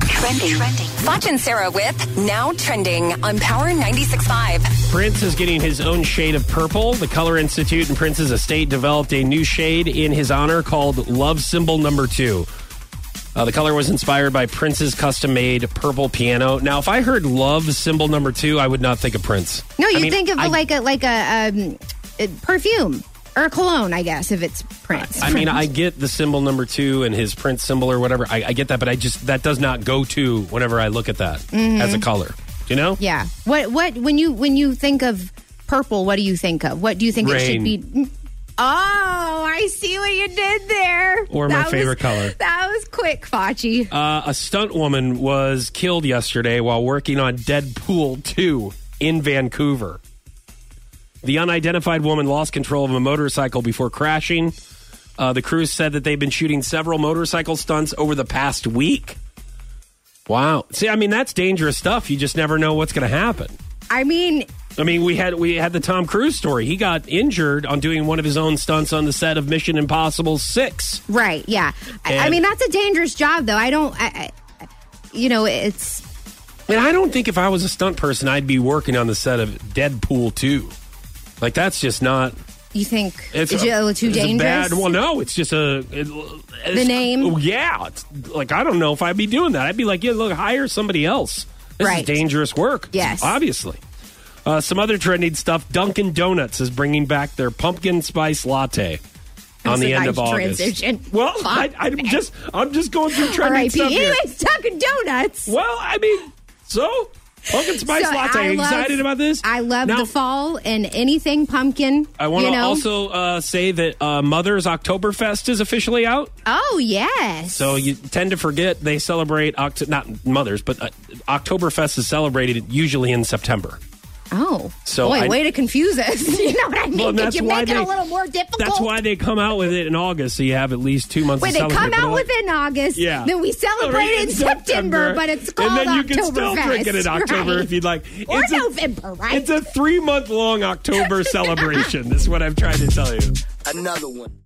Trending. Trending. Foch and Sarah with Now Trending on Power 96.5. Prince is getting his own shade of purple. The Color Institute and Prince's estate developed a new shade in his honor called Love Symbol Number Two. Uh, the color was inspired by Prince's custom made purple piano. Now, if I heard Love Symbol Number Two, I would not think of Prince. No, you I mean, think of I- like a like a, um, a perfume or a cologne, I guess, if it's Prince. I mean, I get the symbol number two and his Prince symbol or whatever. I, I get that, but I just, that does not go to whenever I look at that as a color. You know? Mm-hmm. yeah. What what when you when you think of purple, what do you think of? What do you think it should Rain. be? Mm. Oh, I see what you did there. Or my That was- favorite color. That was quick, Fachi. Uh, a stunt woman was killed yesterday while working on Deadpool 2 in Vancouver. The unidentified woman lost control of a motorcycle before crashing. Uh, the crew said that they've been shooting several motorcycle stunts over the past week. Wow. See, I mean, that's dangerous stuff. You just never know what's going to happen. I mean, I mean, we had we had the Tom Cruise story. He got injured on doing one of his own stunts on the set of Mission Impossible 6. right? Yeah. I, I And- mean, that's a dangerous job, though. I don't. I, I, you know, it's And I don't think if I was a stunt person, I'd be working on the set of Deadpool 2. Like, that's just not. you think It's is a, it a little too it's a dangerous? bad- well, no, it's just a. it- it's- name? oh, Yeah. It's, like, I don't know if I'd be doing that. I'd be like, yeah, look, hire somebody else. This Right. is dangerous work. Yes. Obviously. Uh, some other trending stuff Dunkin' Donuts is bringing back their pumpkin spice latte. on That's the a end nice of August. transition. Well, I, I'm just I'm just going through trending R.I.P. stuff here. Anyway, Dunkin' Donuts. Well, I mean, so pumpkin spice So latte. I Are you love- excited about this? I love Now, the fall and anything pumpkin. I want to you know? also uh, say that uh, Mother's Oktoberfest is officially out. Oh yes. So you tend to forget they celebrate Oct- not Mother's, but uh, Oktoberfest is celebrated usually in September. oh. So boy, I- way to confuse us. you know what I mean? Well, Could that's you why make it they- a little more difficult? That's why they come out with it in August, so you have at least two months. Wait, to they come celebrate, but out like- with it in August. Yeah. Then we celebrate Alright, it in September, but it's called And then you can still Oktoberfest, drink it in October right? if you'd like. Or It's a- November, right? It's a three month long October celebration, is what I've tried to tell you. Another one.